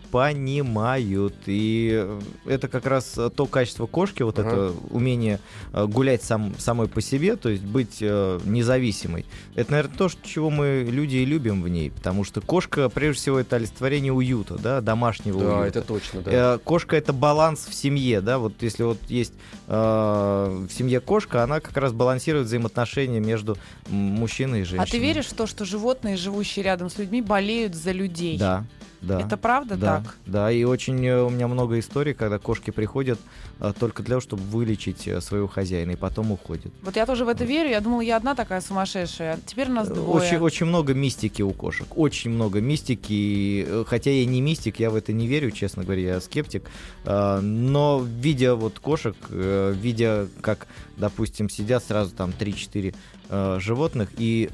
Speaker 5: понимают. И э, это как раз э, то качество кошки, вот
Speaker 4: Ага.
Speaker 5: это умение э, гулять сам, самой по себе, то есть быть э, независимой. Это, наверное, то, ш- чего мы люди и любим в ней. Потому что кошка, прежде всего, это олицетворение уюта, да, домашнего
Speaker 4: Да,
Speaker 5: уюта.
Speaker 4: это точно, да.
Speaker 5: Э, Кошка это баланс в семье, да, вот если вот есть э, в семье кошка, она как раз балансирует взаимоотношения между м, мужчиной и женщиной.
Speaker 3: А ты веришь в то, что животные, живущие рядом с людьми, болеют за людей?
Speaker 5: Да, да.
Speaker 3: Это правда
Speaker 5: да,
Speaker 3: так?
Speaker 5: Да, и очень э, у меня много историй, когда кошки приходят э, только для того, чтобы вылечить э, своего хозяина, и потом уходят.
Speaker 3: Вот я тоже в это верю. Я думала, я одна такая сумасшедшая. Теперь нас
Speaker 5: Э,
Speaker 3: двое.
Speaker 5: Очень, очень много мистики у кошек, очень много мистики, и, э, хотя я не мистик, я в это не верю, честно говоря, я скептик, э, но видя вот кошек, э, видя, как, допустим, сидят сразу там 3-4 э, животных, и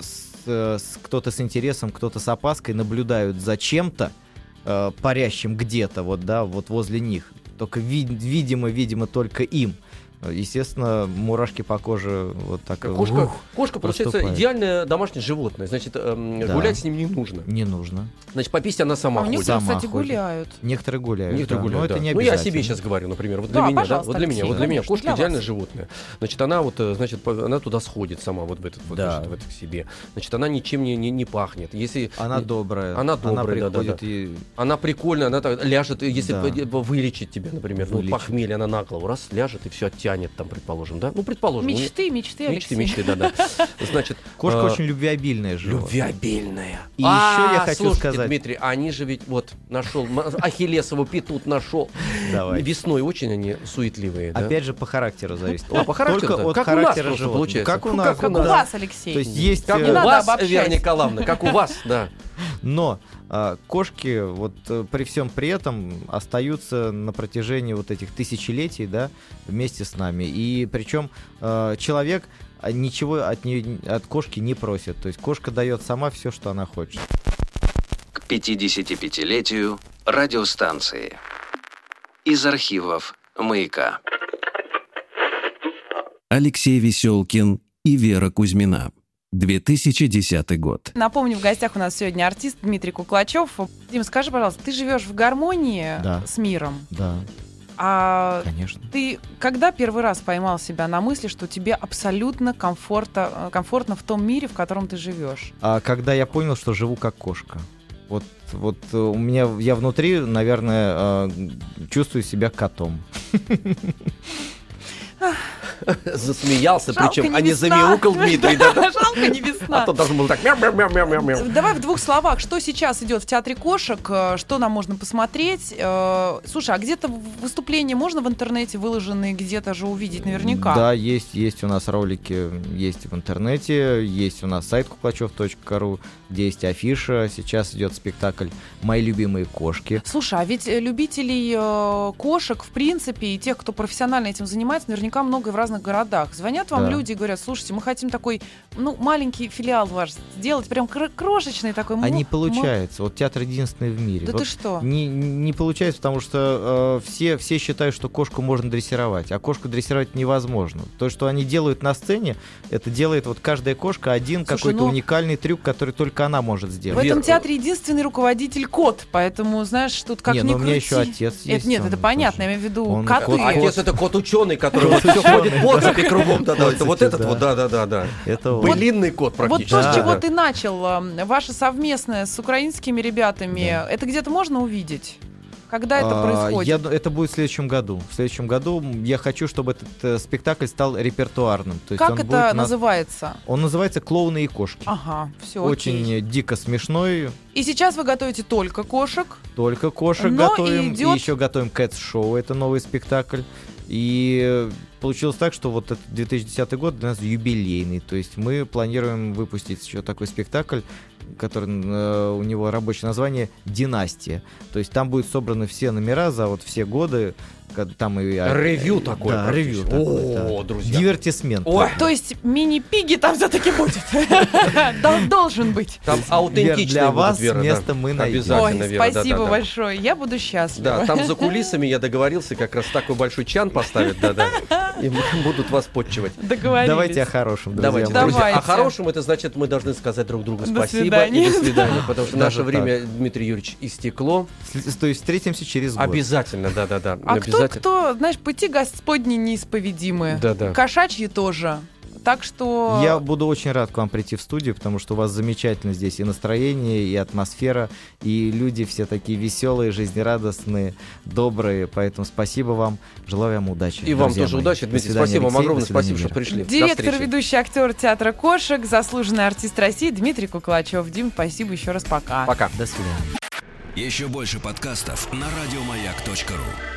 Speaker 5: с- э, с- кто-то с интересом, кто-то с опаской наблюдают за чем-то, э, парящим где-то, вот, да, вот возле них. Только, вид- видимо, видимо, только им. Э, Естественно, мурашки по коже вот так э,
Speaker 4: Кошка,
Speaker 5: ух,
Speaker 4: кошка получается,
Speaker 5: проступает.
Speaker 4: идеальное домашнее животное. Значит, эм,
Speaker 5: Да.
Speaker 4: гулять с ним не нужно.
Speaker 5: не нужно.
Speaker 4: Значит, попись она
Speaker 3: А
Speaker 4: сама
Speaker 3: у них,
Speaker 4: ходит.
Speaker 5: Сама
Speaker 3: кстати,
Speaker 5: ходит.
Speaker 3: гуляют.
Speaker 5: Некоторые гуляют.
Speaker 4: Некоторые
Speaker 5: Э, да,
Speaker 4: гуляют,
Speaker 5: но это
Speaker 4: да.
Speaker 5: не
Speaker 4: Ну, я о
Speaker 5: обязательно.
Speaker 4: себе сейчас говорю, например. Вот
Speaker 3: Да,
Speaker 4: для меня, да,
Speaker 3: пожалуйста,
Speaker 4: вот для меня,
Speaker 3: Алексей,
Speaker 4: вот для меня
Speaker 3: конечно,
Speaker 4: кошка
Speaker 3: для
Speaker 4: идеальное
Speaker 3: вас.
Speaker 4: животное. Значит, она вот, э, значит, по- она туда сходит сама вот в этот, вот,
Speaker 5: Да.
Speaker 4: значит, в это к себе. Значит, она ничем не, не, не пахнет. Если
Speaker 5: Она
Speaker 4: не-
Speaker 5: добрая.
Speaker 4: Она добрая, да, да,
Speaker 5: приходит и...
Speaker 4: она прикольная, она так ляжет, и если
Speaker 5: Да.
Speaker 4: бы- бы вылечит тебя, например, ну,
Speaker 5: Вылечит.
Speaker 4: похмелье, она на голову раз ляжет и все оттянет там, предположим, да? Ну, предположим. у нее-
Speaker 3: Мечты, мечты, Алексей.
Speaker 4: Мечты, мечты,
Speaker 3: *laughs*
Speaker 4: да-да. Значит,
Speaker 5: Кошка
Speaker 4: э,
Speaker 5: очень любвеобильное животное.
Speaker 4: Любвеобильная.
Speaker 5: И еще я
Speaker 4: А,
Speaker 5: хочу
Speaker 4: слушайте,
Speaker 5: сказать-
Speaker 4: Дмитрий, они же ведь вот нашел м- Ахиллесову петут нашел.
Speaker 5: Давай.
Speaker 4: Весной очень они суетливые, да?
Speaker 5: Опять же, по характеру зависит.
Speaker 4: А, по характеру,
Speaker 5: Только
Speaker 4: да.
Speaker 5: от
Speaker 4: Как у нас
Speaker 5: характера
Speaker 4: просто
Speaker 5: животного.
Speaker 4: получается.
Speaker 5: Как у
Speaker 4: Ну,
Speaker 5: нас,
Speaker 4: как
Speaker 3: Как у
Speaker 5: да.
Speaker 3: вас, Алексей.
Speaker 5: То есть есть...
Speaker 4: Как
Speaker 5: э,
Speaker 3: Не
Speaker 4: у
Speaker 3: надо
Speaker 4: вас,
Speaker 3: обобщать.
Speaker 4: Вера Николаевна, как у вас, да.
Speaker 5: Но а, кошки вот э, при всем при этом остаются на протяжении вот этих тысячелетий, да, вместе с нами. И причем э, человек а, ничего от нее, от кошки не просит. То есть кошка дает сама все, что она хочет.
Speaker 1: к 55-летию радиостанции. Из архивов «Маяка».
Speaker 6: Алексей Веселкин и Вера Кузьмина. 2010 год.
Speaker 3: Напомню, в гостях у нас сегодня артист Дмитрий Куклачев. Дим, скажи, пожалуйста, ты живешь в гармонии
Speaker 5: Да.
Speaker 3: с миром,
Speaker 5: Да,
Speaker 3: а
Speaker 5: конечно.
Speaker 3: ты когда первый раз поймал себя на мысли, что тебе абсолютно комфорта, э, комфортно в том мире, в котором ты живешь?
Speaker 5: А когда я понял, что живу как кошка. Вот, вот э, у меня я внутри, наверное, э, чувствую себя котом.
Speaker 4: Засмеялся,
Speaker 3: Жалко,
Speaker 4: причем,
Speaker 3: не
Speaker 4: а не
Speaker 3: весна.
Speaker 4: замяукал Дмитрий, да.
Speaker 3: *laughs* Жалко, не *laughs*
Speaker 4: А
Speaker 3: весна.
Speaker 4: то должен был так мяу-мяу-мяу-мяу-мяу.
Speaker 3: Давай в двух словах, что сейчас идет в театре кошек, э, что нам можно посмотреть. Э, Слушай, а где-то в- выступления можно в интернете выложенные где-то же увидеть наверняка?
Speaker 5: Да, есть, есть у нас ролики, есть в интернете, есть у нас сайт куклачев.ру, где есть афиша. Сейчас идет спектакль «Мои любимые кошки».
Speaker 3: Слушай, а ведь э, любителей э, кошек, в принципе, и тех, кто профессионально этим занимается, наверняка много и в разных городах. Звонят вам
Speaker 5: Да.
Speaker 3: люди и говорят, слушайте, мы хотим такой, ну, маленький филиал ваш сделать, прям кр- крошечный такой.
Speaker 5: А
Speaker 3: мо-
Speaker 5: не
Speaker 3: мо-
Speaker 5: получается. Вот театр единственный в мире.
Speaker 3: Ну, Да
Speaker 5: Вот
Speaker 3: ты что?
Speaker 5: Не, не получается, потому что э, все, все считают, что кошку можно дрессировать, а кошку дрессировать невозможно. То, что они делают на сцене, это делает вот каждая кошка один
Speaker 3: Слушай,
Speaker 5: какой-то
Speaker 3: ну-
Speaker 5: уникальный трюк, который только она может
Speaker 3: В
Speaker 5: сделать.
Speaker 4: Вера,
Speaker 3: этом
Speaker 4: э,
Speaker 3: театре единственный руководитель кот, поэтому, знаешь, тут как
Speaker 5: не,
Speaker 3: ни
Speaker 5: но у меня
Speaker 3: крути.
Speaker 5: еще отец есть.
Speaker 3: это, нет,
Speaker 5: он
Speaker 3: это понятно,
Speaker 5: тоже.
Speaker 3: я имею в виду
Speaker 5: Он
Speaker 3: коты.
Speaker 5: кот.
Speaker 4: Отец это кот ученый, который вот
Speaker 5: Кот
Speaker 4: все
Speaker 5: ученый,
Speaker 4: ходит в оцепи кругом, да, да, это вот
Speaker 5: Кстати,
Speaker 4: этот вот, да, да, да, да.
Speaker 5: Это он.
Speaker 4: Былинный кот
Speaker 3: Вот
Speaker 4: практически.
Speaker 3: то, с чего
Speaker 4: да.
Speaker 3: ты начал, э, ваше совместное с украинскими ребятами,
Speaker 5: Да.
Speaker 3: это где-то можно увидеть? Когда это
Speaker 5: А,
Speaker 3: происходит?
Speaker 5: я ду- это будет в следующем году. В следующем году я хочу, чтобы этот э, спектакль стал репертуарным. То есть
Speaker 3: Как
Speaker 5: он будет
Speaker 3: это А,
Speaker 5: на-
Speaker 3: называется?
Speaker 5: Он называется «Клоуны и кошки».
Speaker 3: Ага, все.
Speaker 5: Очень э, дико смешной,
Speaker 3: И сейчас вы готовите только кошек.
Speaker 5: Только кошек
Speaker 3: Но
Speaker 5: готовим, и,
Speaker 3: идёт-
Speaker 5: еще готовим Cats Show, это новый спектакль. И э, получилось так, что вот этот 2010 год для нас юбилейный, то есть мы планируем выпустить еще такой спектакль, который э, у него рабочее название «Династия». То есть там будут собраны все номера за вот все годы, Когда Там и...
Speaker 4: Ревью такое.
Speaker 5: Да, ревью
Speaker 4: практически.
Speaker 5: такое,
Speaker 4: О,
Speaker 5: да.
Speaker 4: друзья.
Speaker 5: Дивертисмент.
Speaker 4: Ой.
Speaker 3: То есть мини-пиги там все-таки будет. *laughs* Дол- Должен быть.
Speaker 4: Там
Speaker 5: Вер,
Speaker 4: аутентичные
Speaker 5: для
Speaker 4: будут,
Speaker 5: вас
Speaker 4: Вера, да.
Speaker 5: место мы найдем.
Speaker 4: Обязательно,
Speaker 3: Ой,
Speaker 4: Вера, да, да,
Speaker 3: спасибо
Speaker 4: да.
Speaker 3: большое. Я буду счастлива.
Speaker 4: Да, там за кулисами я договорился, как раз такой большой чан поставят, да-да, и *laughs* будут вас подчивать.
Speaker 3: Договорились.
Speaker 5: Давайте о хорошем, друзья.
Speaker 4: Давайте,
Speaker 5: мои.
Speaker 4: друзья.
Speaker 3: Давайте.
Speaker 4: О хорошем это значит, мы должны сказать друг другу
Speaker 3: До
Speaker 4: спасибо и
Speaker 3: свидания.
Speaker 4: до свидания, потому что
Speaker 5: Даже
Speaker 4: наше время, Дмитрий Юрьевич, истекло.
Speaker 5: С- То есть встретимся через год.
Speaker 4: Обязательно, да-да-да.
Speaker 3: А кто,
Speaker 4: Обязательно.
Speaker 3: кто, знаешь, пути господни неисповедимы.
Speaker 4: Да-да.
Speaker 3: Кошачьи тоже. Так что...
Speaker 5: Я буду очень рад к вам прийти в студию, потому что у вас замечательно здесь и настроение, и атмосфера, и люди все такие веселые, жизнерадостные, добрые. Поэтому спасибо вам. Желаю вам удачи.
Speaker 4: И вам
Speaker 5: друзья
Speaker 4: тоже
Speaker 5: мои.
Speaker 4: удачи,
Speaker 5: До
Speaker 4: Дмитрий.
Speaker 5: свидания,
Speaker 4: Спасибо вам
Speaker 5: Алексей.
Speaker 4: огромное,
Speaker 5: До свидания,
Speaker 4: спасибо, что
Speaker 5: Вера.
Speaker 4: пришли. До
Speaker 3: Директор,
Speaker 4: встречи.
Speaker 3: ведущий актер театра кошек, заслуженный артист России Дмитрий Куклачев. Дим, спасибо еще раз
Speaker 4: Пока.
Speaker 5: До свидания.
Speaker 6: Еще больше подкастов на радиомаяк.ру.